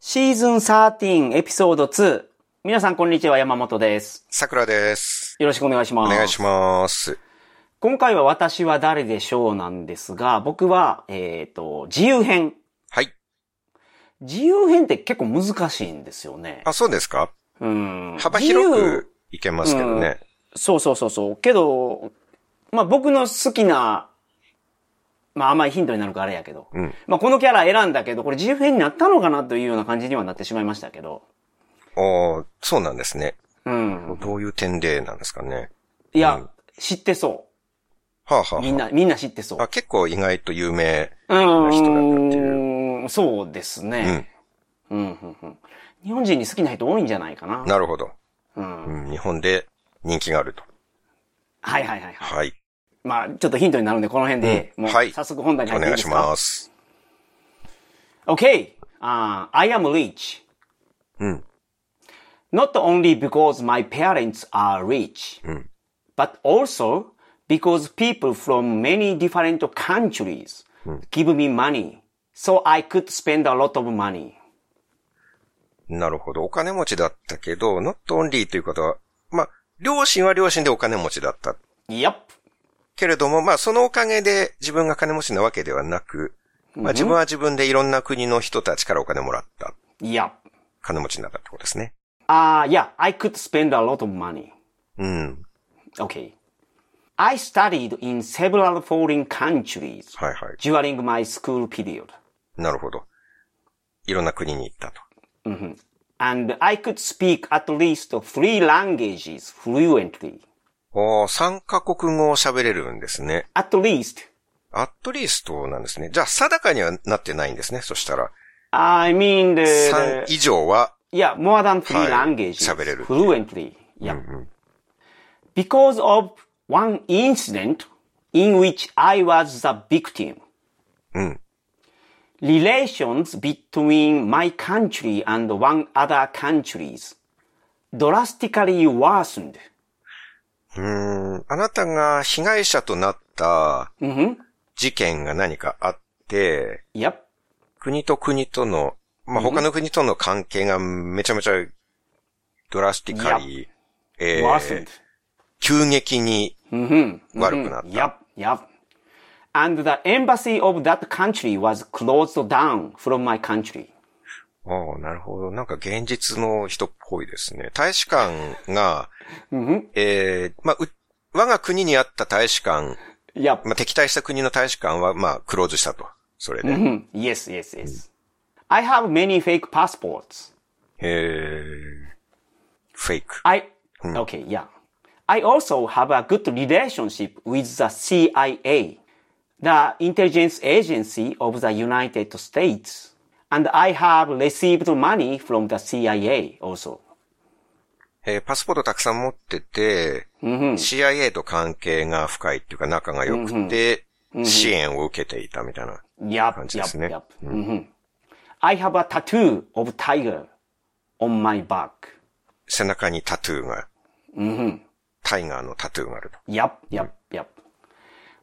シーズン13エピソード2。皆さんこんにちは、山本です。桜です。よろしくお願いしまおす。願いします。今回は私は誰でしょうなんですが、僕は、えっ、と、自由編。はい。自由編って結構難しいんですよね。あ、そうですかうん。幅広自由くいけますけどね。そうそうそうそう。けど、まあ僕の好きな、まああんまりヒントになるからあれやけど。うん。まあこのキャラ選んだけど、これ自由編になったのかなというような感じにはなってしまいましたけど。おーそうなんですね。うん。どういう点でなんですかね。いや、うん知ってそはあ、はあう。みはんな、みんな知ってそうあ、。あ、結構意外と有名。う人なんだってーん。そうですうね、ん。うんうんうん。日本人に好きな人多いんじゃないかな。なるほど。うん。うはいん。日本で人気があると。はいはいはい。はい。まあ、ちょっとヒントになるんで、この辺で、うんもう、はい早速本題に入おっていい願いでしすか。。ますす。 Okay! あー I am rich. うん。 Not only because my parents are rich, うん。 but also because people from many different countries give me money. So I could spend a lot of money. なるほど。お金持ちだったけど、not only ということは、まあ、両親は両親でお金持ちだった。 Yep. けれども、まあ、そのおかげで自分が金持ちなわけではなく、まあ、自分は自分でいろんな国の人たちからお金もらった。 Yep. 金持ちになったってことですね。 Uh, yeah, I could spend a lot of money. うん。 Okay. I studied in several foreign countries はいはい。 during my school period. なるほど。いろんな国に行ったと。 And I could speak at least three languages fluently. おー、3カ国語を喋れるんですね。 At least. アットリーストなんですね。じゃあ、定かにはなってないんですね。そしたら、 I mean the, 3以上は、 yeah, more than three はい languages 喋れるっていう。 fluently. Yeah. Because of one incident in which I was the victim. うん。 relations between my country and one other countries drastically worsened. うーん、あなたが被害者となった事件が何かあって、 Yep. 国と国との、まあ、他の国との関係がめちゃめちゃドラスティカリー、えー worsened. 急激に悪くなった。 Yep. Yep. And the embassy of that country was closed down from my country. ああ、なるほど。なんか現実の人っぽいですね。大使館が、ええまあ、う我が国にあった大使館、 Yep. まあ、敵対した国の大使館は、まあ、クローズしたと。それで。へ Hmm. Yes, yes, yes. I have many fake passports. えフェイク。 I, okay, yeah. I also have a good relationship with the CIA, the intelligence agency of the United States. And I have received money from the CIA also. えーパスポートたくさん持ってて、CIA と関係が深いっていうか仲が良くて、支援を受けていたみたいな。 Yup, yup, 感じですね。 yup. Mhm. I have a tattoo of tiger on my back. 背中にタトゥーが、タイガーのタトゥーがあると。 Yup, yup, yup.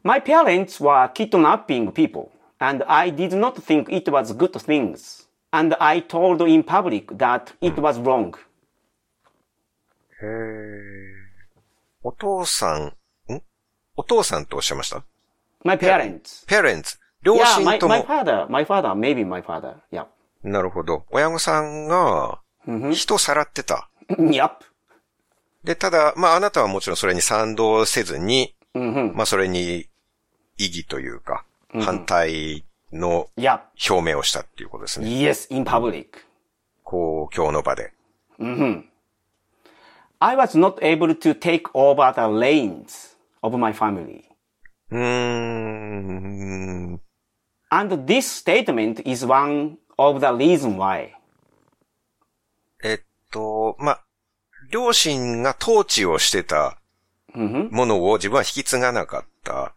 My parents were kidnapping people, and I did not think it was good things. And I told in public that it was wrong. へえ。お父さん、んお父さんとおっしゃいました My parents. ?parents。両 Yeah, 親 my, と my も。 father, my father, maybe my father. Yup. なるほど。親御さんが、人さらってた。 yup. で、ただ、まあ、あなたはもちろんそれに賛同せずに、まあ、それに異議というか、反対の Yup. 表明をしたっていうことですね。 Yes, in public. 公共の場で。 I was not able to take over the reins of my family. うーん。 And this statement is one of the reason why. えっと、まあ、両親が統治をしてたものを自分は引き継がなかった。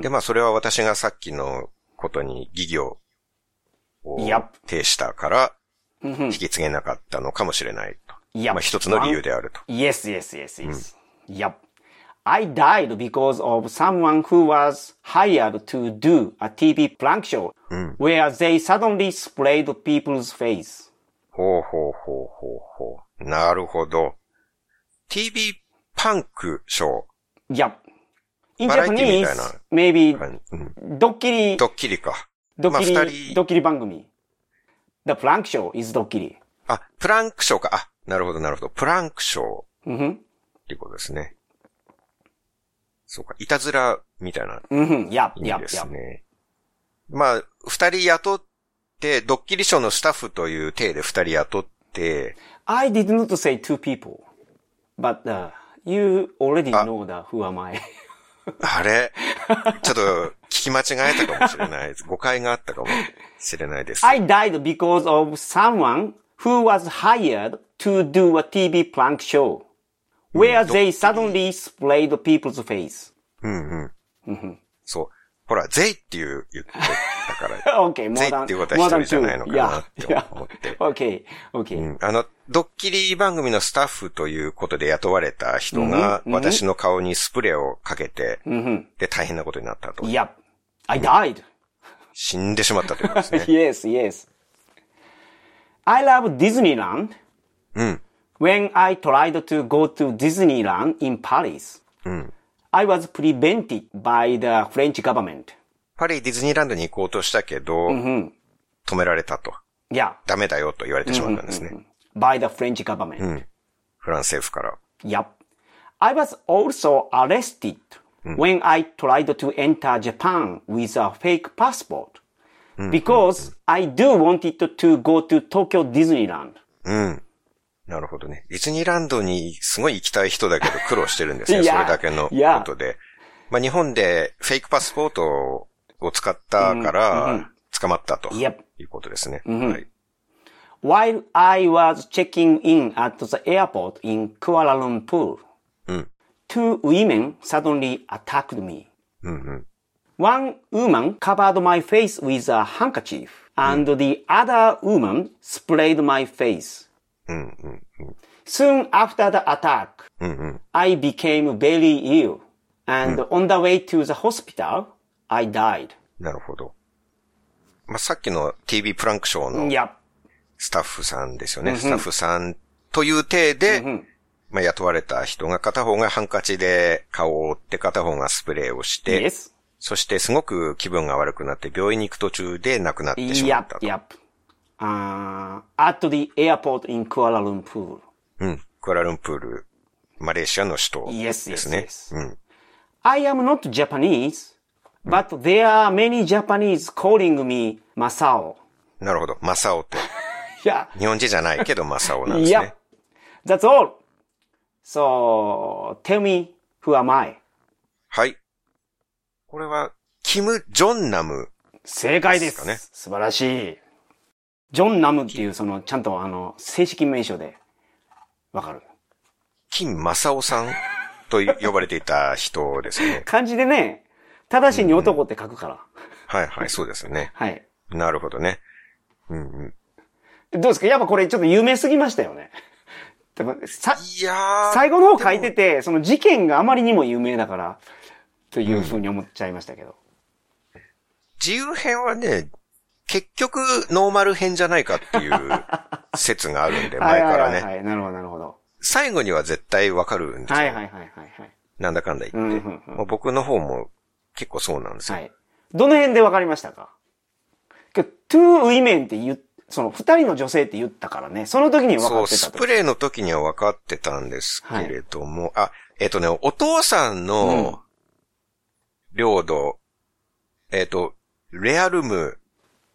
で、まあ、それは私がさっきのことに疑義をを Yup. 呈したから、引き継げなかったのかもしれないと。 Yup. まあ、一つの理由であると。 Yes, yes, yes, yes. Yep. I died because of someone who was hired to do a TV prank show where they suddenly sprayed people's face. ほうほうほうほうほう。なるほど。TV パンク賞。 Yeah. In バラエティみ Japanese, たいな maybe うんドッキリ、ドッキリか。ドッキリ、まあ二人ドッキリ番組。The Plank Show is ドッキリ。あ、プランク賞か。あ、なるほどなるほど。プランク賞うんふん。っていうことですね。そうか。いたずらみたいなうんふん。や、意や味で、やす。ね。まあ、二人雇って、ドッキリ賞のスタッフという体で二人雇って、 I did not say two people, but、uh, you already know that who am I. あれちょっと聞き間違えたかもしれないです。誤解があったかもしれないです。 I died because of someone who was hired to do a TV prank show where they suddenly sprayed people's face. うんうん。そう。ほら、ゼイっていう言ってたから、 Okay, ゼ more イ than, っていうこと more は一人 than two. じゃないのかな Yeah, って思 yeah. 思って。 Okay, okay. うんあの、ドッキリ番組のスタッフということで雇われた人が、私の顔にスプレーをかけて、で、大変なことになったと。 Yep. I died. 死んでしまったということですね。 yes, yes. I love Disneyland うん。 when I tried to go to Disneyland in Paris. I was prevented by the French government. パリディズニーランドに行こうとしたけど、止められたと。 Yeah, ダメだよと言われてしまったんですね。 by the French government. フランス政府から。 Yep. I was also arrested when I tried to enter Japan with a fake passport because I do wanted to go to Tokyo Disneyland. うん。なるほどね。ディズニーランドにすごい行きたい人だけど苦労してるんですね。いそやれだけのいやことで。まあ日本でフェイクパスポートを使ったから捕まったと。ん Yep いうことですね。はい。 While I was checking in at the airport in Kuala Lumpur, Mm. two women suddenly attacked me. うんうん。 One woman covered my face with a handkerchief, and the other woman sprayed my face. Soon after the attack, I became very ill, and on the way to the hospital, I died. なるほど。まあさっきの TV プランクショーの Yep. スタッフさんですよね。スタッフさんという体で、まあ雇われた人が片方がハンカチで顔を覆って片方がスプレーをして、 Yes. そしてすごく気分が悪くなって病院に行く途中で亡くなってしまっ Yep. たと。 Yep. Uh, at the airport in Kuala Lumpur. うん。クアラルンプール、マレーシアの首都 Yes, です yes, ね。 yes. うん。 I am not Japanese, but there are many Japanese calling me Masao. なるほど。マサオって。 Yeah. 日本人じゃないけどマサオなんですね。 Yep. That's all. So tell me who am I? はい。これは、キム・ジョンナム。正解でですす。かね素晴らしい。ジョン・ナムっていう、その、ちゃんと、あの、正式名称で、わかる。キン・マサオさんと呼ばれていた人ですね 。漢字でね、正しに男って書くから。はいはい、そうですね。はい。なるほどね。どうですかやっぱこれちょっと有名すぎましたよね。 でもさいやー。最後の方書いてて、その事件があまりにも有名だから、というふうに思っちゃいましたけど。自由編はね、結局、ノーマル編じゃない かっていう説があるんで、前からはね。いはいはい。なるほど、なるほど。最後には絶対わかるんですよ。はいはいはいはいはい。なんだかんだうんう言っんて。まあ僕の方も結構そうなんですよ。はい。どの辺でわかりましたか今日、トゥーウィメンって言っ、その二人の女性って言ったからね、その時に分かそっう、てたスと。プレーの時には分かってたんですけれども、あ、えっ、とね、お父さんの領土、えっ、と、レアルム、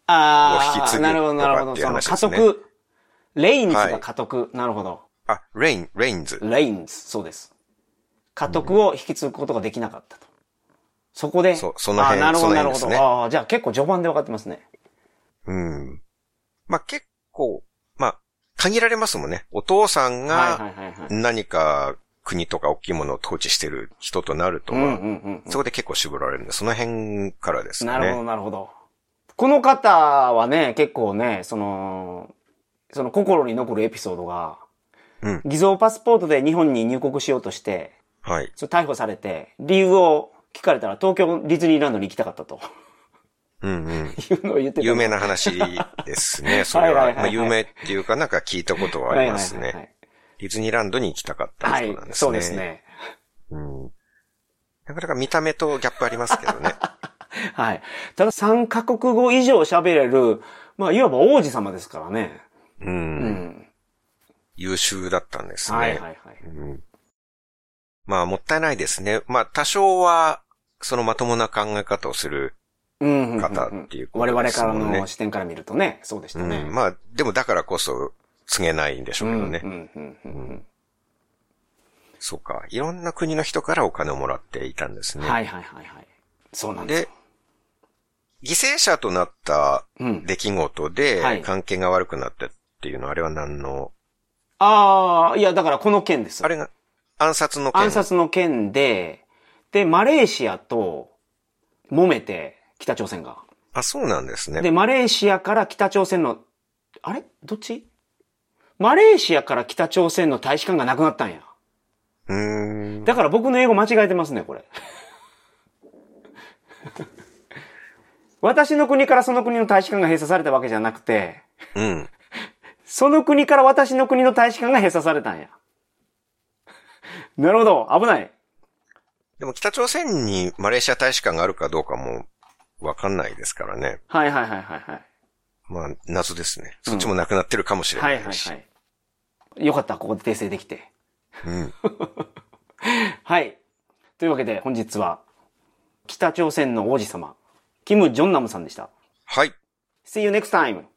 あを引き継あ、ぐなるほど、なるほとかど。っていうその話家ですね督、レインズはがい家督、なるほど。あ、レイン、レインズ。レインズ、そうです。家督を引き継ぐことができなかったと。そこで、そうその辺あーなるほど、そのなる辺ほですど。ねああ、じゃあ結構序盤で分かってますね。うん。まあ、結構、まあ、限られますもんね。お父さんはいはがいはいはい。何か国とか大きいものを統治してる人となると、うんうんうん。そこで結構絞られるんで、その辺からですなかるほねど、。なるほど。この方はね、結構ね、その、その心に残るエピソードが、うん偽造パスポートで日本に入国しようとして、はい。それ逮捕されて、理由を聞かれたら東京ディズニーランドに行きたかったと。うんうん。いうのを言ってた。有名な話で すね、それはいはいは。はいまはあ、い有名っていうか、なんか聞いたことはありますはいはいはいね。ディズニーランドに行きたかったはい。人はなんいですね。そうです。ね。うん。なかなか見た目とギャップありますけど ね。はい。ただ3カ国語以上喋れる、まあ、いわば王子様ですからね。う。うんん。優秀だったんですね。はいはいはい。うんまあ、もったいないですね。まあ、多少は、そのまともな考え方をする。うんうんうんうん方っていうこと我々でかすらもんねの視点から見るとね、そうでしうたね。ん、まあ、でもだからこそ、告げないんでしょうけどね。うんうんうんうんそうか。いろんな国の人からお金をもらっていたんですうんね。はいはいはいはい。そうなんですでよ。、犠牲者となったうん出来事はいで、関係が悪くなったっていうのは、あれは何の、ああ、いや、だからこの件ですあ。れが、暗殺の件。暗殺の件で、で、マレーシアと揉めて、北朝鮮が。あ、そうなんですね。で、マレーシアから北朝鮮の、あれどっちマレーシアから北朝鮮の大使館がなくなったんや。うーん。だから僕の英語間違えてますね、これ。 私の国からその国の大使館が閉鎖されたわけじゃなくて、うん。その国から私の国の大使館が閉鎖されたんや。なるほど、危ない。でも北朝鮮にマレーシア大使館があるかどうかもわかんないですからね。はいはいはいはいはい。まあ、謎ですね。そっちもなくなってるかもしれはないいはいし。はい。よかった、ここで訂正できて。うん。はい。というわけで本日は、北朝鮮の王子様、キム・ジョンナムさんでした。はい。 See you next time!